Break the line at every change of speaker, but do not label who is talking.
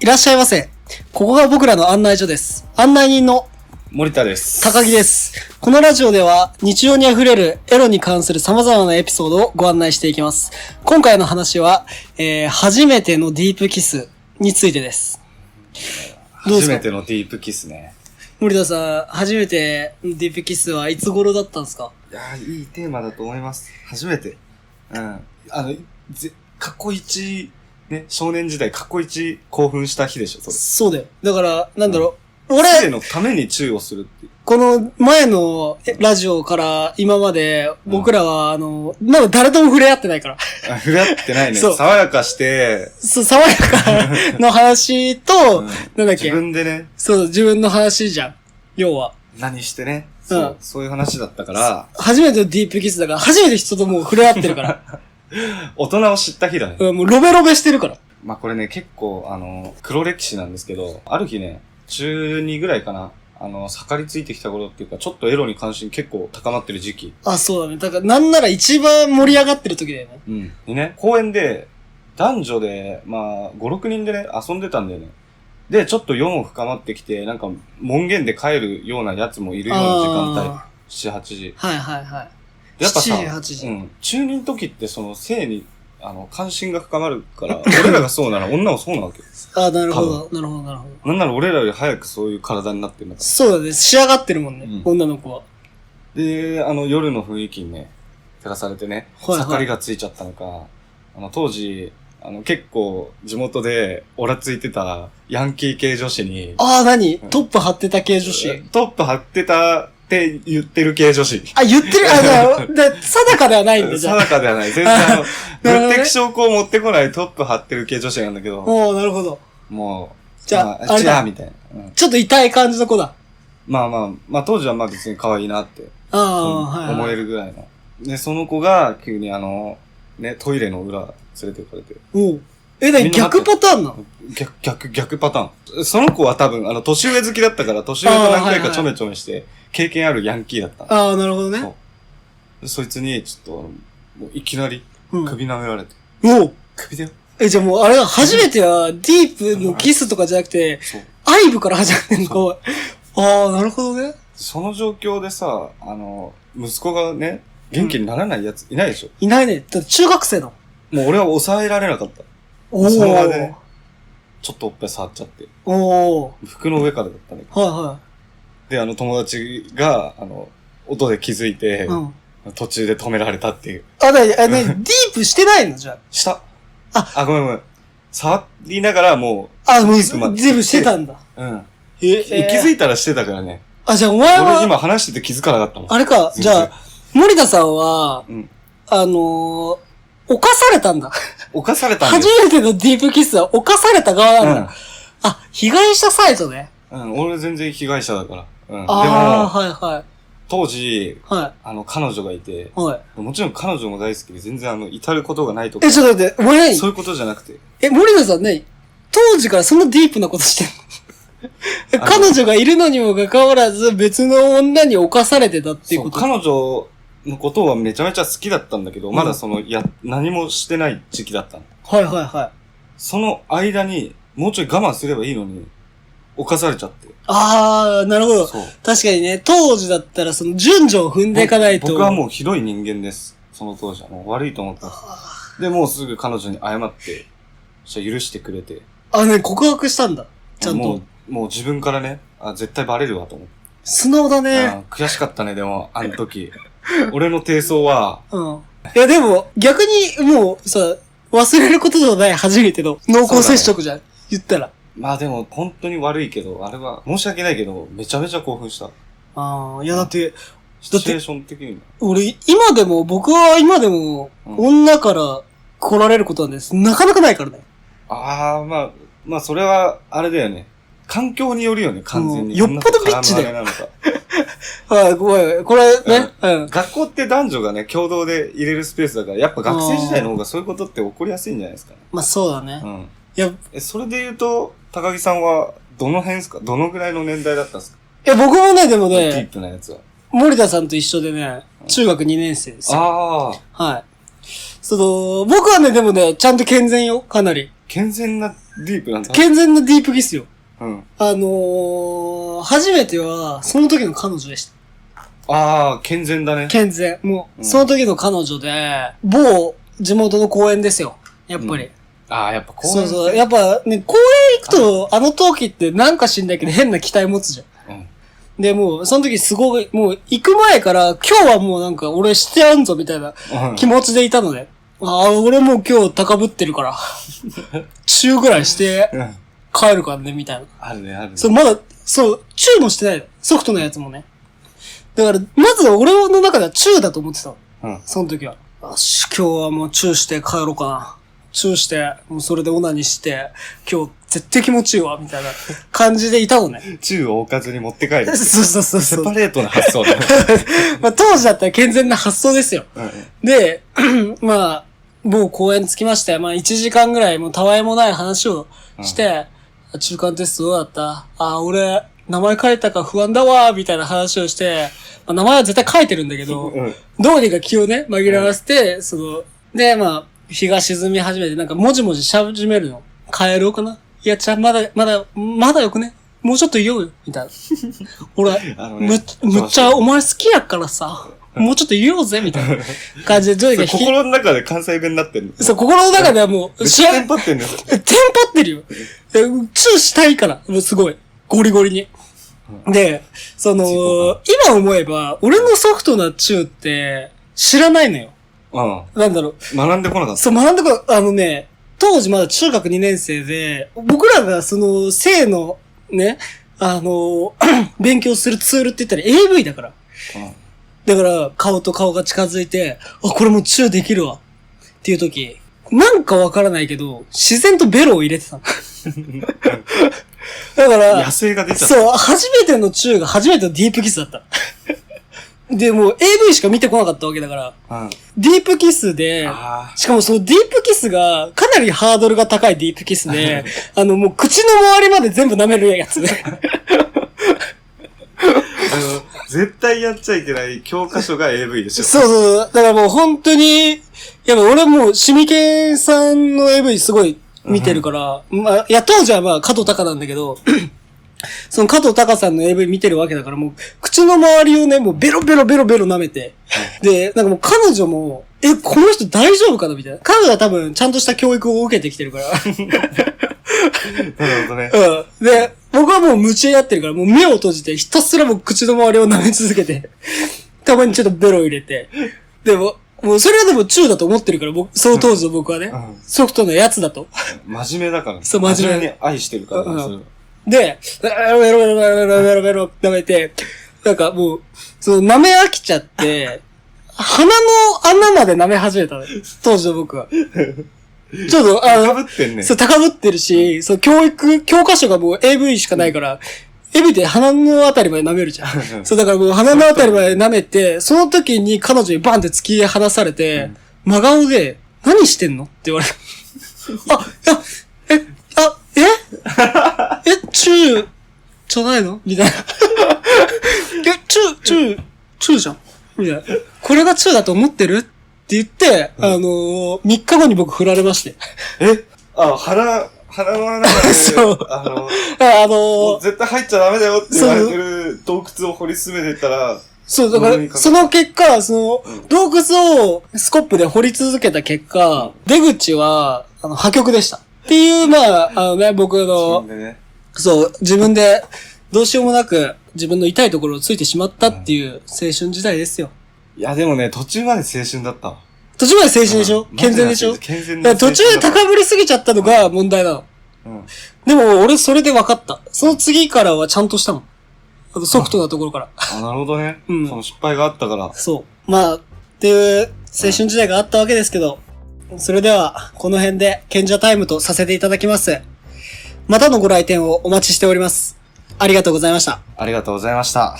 いらっしゃいませ。ここが僕らの案内所です。案内人の
森田です。
高木です。このラジオでは日常に溢れるエロに関する様々なエピソードをご案内していきます。今回の話は、えー、初めてのディープキスについてです。どうです
初
か
めてのディープキスね。
森田さん、初めてのディープキスはいつ頃だったんですか
いやーいいテーマだと思います。初めて。うん。あの、ぜ、過去一、ね、少年時代過去一興奮した日でしょ、それ。
そうだよ。だから、なんだろう。
失礼
俺、
のために注意をするっていう。
この前のえラジオから今まで僕らは、あの、まだ誰とも触れ合ってないから。
あ、ふらってないね。
そう
爽やかして、
そう、爽やかの話と、
うん
なんだっ
自
け
分でね、
そう、自分の話じゃん。要は。
何してね、そう、
うん
そういう話だったから、
初めてのディープキスだから、初めて人ともう触れ合ってる から。
大人を知った日だね。
うん、もうロベロベしてるから。
まあこれね、結構、あの、黒歴史なんですけど、ある日ね、中2ぐらいかな、あの、盛りついてきた頃っていうか、ちょっとエロに関心結構高まってる時期。
あ、そうだね。だから、なんなら一番盛り上がってる時だよね。
うん。にね、公園で、男女で、まあ、5、6人でね、遊んでたんだよね。で、ちょっと4を深まってきて、なんか、門限で帰るようなやつもいるような時間帯。
あ
7、8時。
ーはいはいはい。
でやっぱさ、
7 8時
うん。中2の時って、その、性に、あの、関心が深まるから、俺らがそうなら女もそうなわけよ。
あー、なるほど、なるほど、なるほど。
なんなら俺らより早くそういう体になってるんだから。
そうだね。仕上がってるもんね。
うん
女の子は。
で、あの、夜の雰囲気にね、照らされてね、
はいはい
盛りがついちゃったのか、あの、当時、あの、結構、地元で、オラついてた、ヤンキー系女子に、
ああ、何
うん
トップ張ってた系女子。
トップ張ってたって言ってる系女子。
あ、言ってる、あ、じゃあ、で定かではないんだ、じゃあ。
定かではない。全然あの、
なるほどね
物的証拠を持ってこないトップ張ってる系女子なんだけど、
おー、なるほど。
もう、
じゃあ
ま、
あれ
じゃあ、
だ。
みたいな。うん
ちょっと痛い感じの子だ。
まあまあ、まあ当時はまあ別に可愛いなって。
ああ、はい、はい。
思えるぐらいの。で、その子が急にあの、ね、トイレの裏連れて行かれて。
おうえ、なに
みんな待
逆
って
パターンなの
逆、逆、逆パターン。その子は多分、あの、年上好きだったから、年上と何回かちょめちょめして、経験あるヤンキーだったの
ああ、なるほどね。
そう。そいつに、ちょっとあの、もういきなり、
うん。
首舐められて。
おう
首だよ。
え、じゃあもうあれは初めては、ディープのキスとかじゃなくて、
そう。
アイブから始まってんのかおい。ああ、なるほどね。
その状況でさ、あの、息子がね、元気にならないやついないでしょ。
いないね。だって中学生の。
もう俺は抑えられなかった。
おお
その場でねちょっとおっぱい触っちゃって。
おお
服の上からだったんだけど。
はいは
で、あの、友達が、あの、音で気づいて、
い。うん。
途中で止められたっていう。
あ、だあ ね、ディープしてないのじゃ
した。
あ
あ、ごめんごめん。触りながらも
あ。あ、もう、デ
ちょっと待って
ィープしてたんだ。
う、うん。
え
気づいたらしてたからね。
あ、じゃあお前
俺
は、
今話してて気づかなかったもん。
あれか、じゃあ、森田さんは、
うん
あのー、犯されたんだ。
犯されたんだ
初
よ。
めてのディープキスは犯された側なんだ。あ、被害者サイトね。
うん。うん。俺全然被害者だから。うん。で
あ
も、
あ、はいはい。
当時、
は
あの、彼女がいて、
い。は
もちろん彼女も大好きで、全然あの、至ることがないと
い。
か
え、、ちょっと待って、俺
そ
何
ういうことじゃなくて。
え、森田さん何当時からそんなディープなことしてんの え
あの
彼女がいるのにもかかわらず別の女に侵されてたっていう
そう
こと。
彼女のことはめちゃめちゃ好きだったんだけど、
うん
まだその、や、何もしてない時期だったの。
はいはいはい。
その間に、もうちょい我慢すればいいのに、犯されちゃって。
あー、なるほど。
そう。
確かにね、当時だったらその順序を踏んでいかないと。
僕はもうひどい人間です。その当時は。もう悪いと思ったんです。で、もうすぐ彼女に謝って、そしたら許してくれて。
あ、ね、告白したんだ。ちゃん
も
と。
う、もう自分からね、あ、絶対バレるわと思って。
素直だね。
あ悔しかったね、でも、あ の時。俺の低層は、
うん。いやでも、逆にもうさ、忘れることのない初めての濃厚接触じゃん。言ったら。
まあでも、本当に悪いけど、あれは、申し訳ないけど、めちゃめちゃ興奮した。
ああ、いやだって、
シチュエーション的にも。
俺、今でも、僕は今でも、
う
女から来られることなんです。なかなかないからね。
ああ、まあ、まあ、それは、あれだよね。環境によるよね、完全に。
うんよっぽどビッチだよ
どんな絡まれなのか
はい、ごめん。これね、うん。
学校って男女がね、共同で入れるスペースだから、やっぱ学生時代の方がそういうことって起こりやすいんじゃないですかね。
まあそうだね
う。ん。
いや、い
え、それで言うと、高木さんは、どの辺ですかどのぐらいの年代だったんですか
や僕もね、でも
ディー
ね、
プなやつは。
森田さんと一緒でね、中学2年生ですよ。
ああ。
はい。その、僕はね、でもね、ちゃんと健全よ、かなり。
健全なディープなんだ。
健全なディープキスよ。
うん。
あのー、初めては、その時の彼女でした。
ああ、健全だね。
健全。も
う
う、
ん
その時の彼女で、某地元の公園ですよ。やっぱり。
ああ、やっぱこう。
そうそう。やっぱね、公園行くと、あの時ってなんか知んないけど変な期待持つじゃん。
うん。
で、もう、その時すごい、もう、行く前から、今日はもうなんか、俺してやんぞ、みたいな
うん
気持ちでいたので。ああ、俺もう今日高ぶってるから。中ぐらいして、
うん。
帰るからね、みたいな。
あるね、あるね。
そう、まだ、そう、中もしてないの。ソフトのやつもね。だから、まず俺の中では中だと思ってたの。
うん。
その時は。よし、今日はもうチューして帰ろうかな。チューして、もうそれでオナにして、今日絶対気持ちいいわ、みたいな感じでいたのね。
宙を置かずに持って帰る
そう。そうそう
セ
そう。
パレートな発想だね。
まあ、当時だったら健全な発想ですよ。
うんうん
で、 まあ、某公園着きまして、まあ1時間ぐらいもうたわいもない話をして、中間テストどうだったあ、俺、名前書いたか不安だわ、みたいな話をして、まあ、名前は絶対書いてるんだけ ど、
うん。
どうにか気をね、紛らわせて、その、で、まあ、日が沈み始めて、なんかもじもじし始めるの。帰ろうかないや、じゃあまだ、まだ、まだよくねもうちょっといようよ、み たいな。俺、
あのね
む、むっちゃお前好きやからさ、もうちょっと言おうぜ、みたいな感じで、どうに
そ
か
れ
ひ
心の中で関西弁になってんの。
そう、心の中ではも
め
う、
っ
し
ち
や
ゃテンパってんのよ。
テンパってるよ。でチューしたいから、もうすごい。ゴリゴリに。で、その、今思えば、俺のソフトなチューって、知らないのよ。
う
なんだろう。
ん。学んでこなかっ
そう、学んだこと、あのね、当時まだ中学2年生で、僕らがその、性の、ね、あの、 勉強するツールって言ったら AV だから。
た。うん。
だから、顔と顔が近づいて、あ、これもうチューできるわ。っていう時、なんかわからないけど、自然とベロを入れ てたの。だから、
野生が出ちゃった。
そう、初めてのチューが初めてのディープキスだった。で、もう AV しか見てこなかったわけだから、
うん。
ディープキスで、
あ
しかもそのディープキスが、かなりハードルが高いディープキスで、あの、もう口の周りまで全部舐めるやつ。
あの、絶対やっちゃいけない教科書が AV でしょ。
そうそう。だからもう本当に、やっぱ俺もうシミケンさんの AV すごい見てるから、まあ、いや、当時はまあ加藤隆なんだけど、 その加藤隆さんの AV 見てるわけだから、もう口の周りをね、もうベロベロベロベロ舐めて、で、なんかもう彼女も、え、この人大丈夫かなみたいな。彼女は多分ちゃんとした教育を受けてきてるから。
なるほどね。
うん。で、僕はもう夢中になってるから、もう目を閉じて、ひたすらもう口の周りを舐め続けて、たまにちょっとベロを入れて。でも、もうそれはでも中だと思ってるから、僕、その当時の僕はね
うん、
ソフトのやつだと。
真面目だから。
そう真面目
に愛してるから
うん
ね、それは
で、ベロベロベロベロベロベロ舐めて、なんかもう、その舐め飽きちゃって、鼻の穴まで舐め始めたのよ当時の僕は。ちょっと、あの
か、ぶってんね。
そう、高ぶってるし、そう、教育、教科書がもう AV しかないから、AV って鼻のあたりまで舐めるじゃん。 そう、だからもう鼻のあたりまで舐めて、その時に彼女にバンって突き放されて、真顔で、何してんのって言 われる。あ、あ、え、あ、 ええ、チュー、じゃないのみた いな。え、チュー、チュー、チューじゃんみたいな。これがチューだと思ってるって言って、あのー、3日後に僕振られまして。
えあ、腹、腹の中で、
そう
あの、
ああの
も
ー
う、絶対入っちゃダメだよって言われてる洞窟を掘り進めてったら、
そう、だか
呪いに
ら、
かかる
その結果、その、洞窟をスコップで掘り続けた結果、出口は、あの、破局でした。っていう、まあ、あのね、僕
そ
の
ん、でね。
そう、自分で、どうしようもなく、自分の痛いところをついてしまったっていう青春時代ですよ。
いや、でもね、途中まで青春だったわ。
途中まで青春でしょ
うん
健全でしょだか
健全
ら
な青春
途中で高ぶりすぎちゃったのが問題なの。
うん。
でも、俺それで分かった。その次からはちゃんとしたの。あと、ソフトなところから。
あ、なるほどね。
うん
その失敗があったから。
そう。まあ、っていう青春時代があったわけですけど、それでは、この辺で賢者タイムとさせていただきます。またのご来店をお待ちしております。ありがとうございました。
ありがとうございました。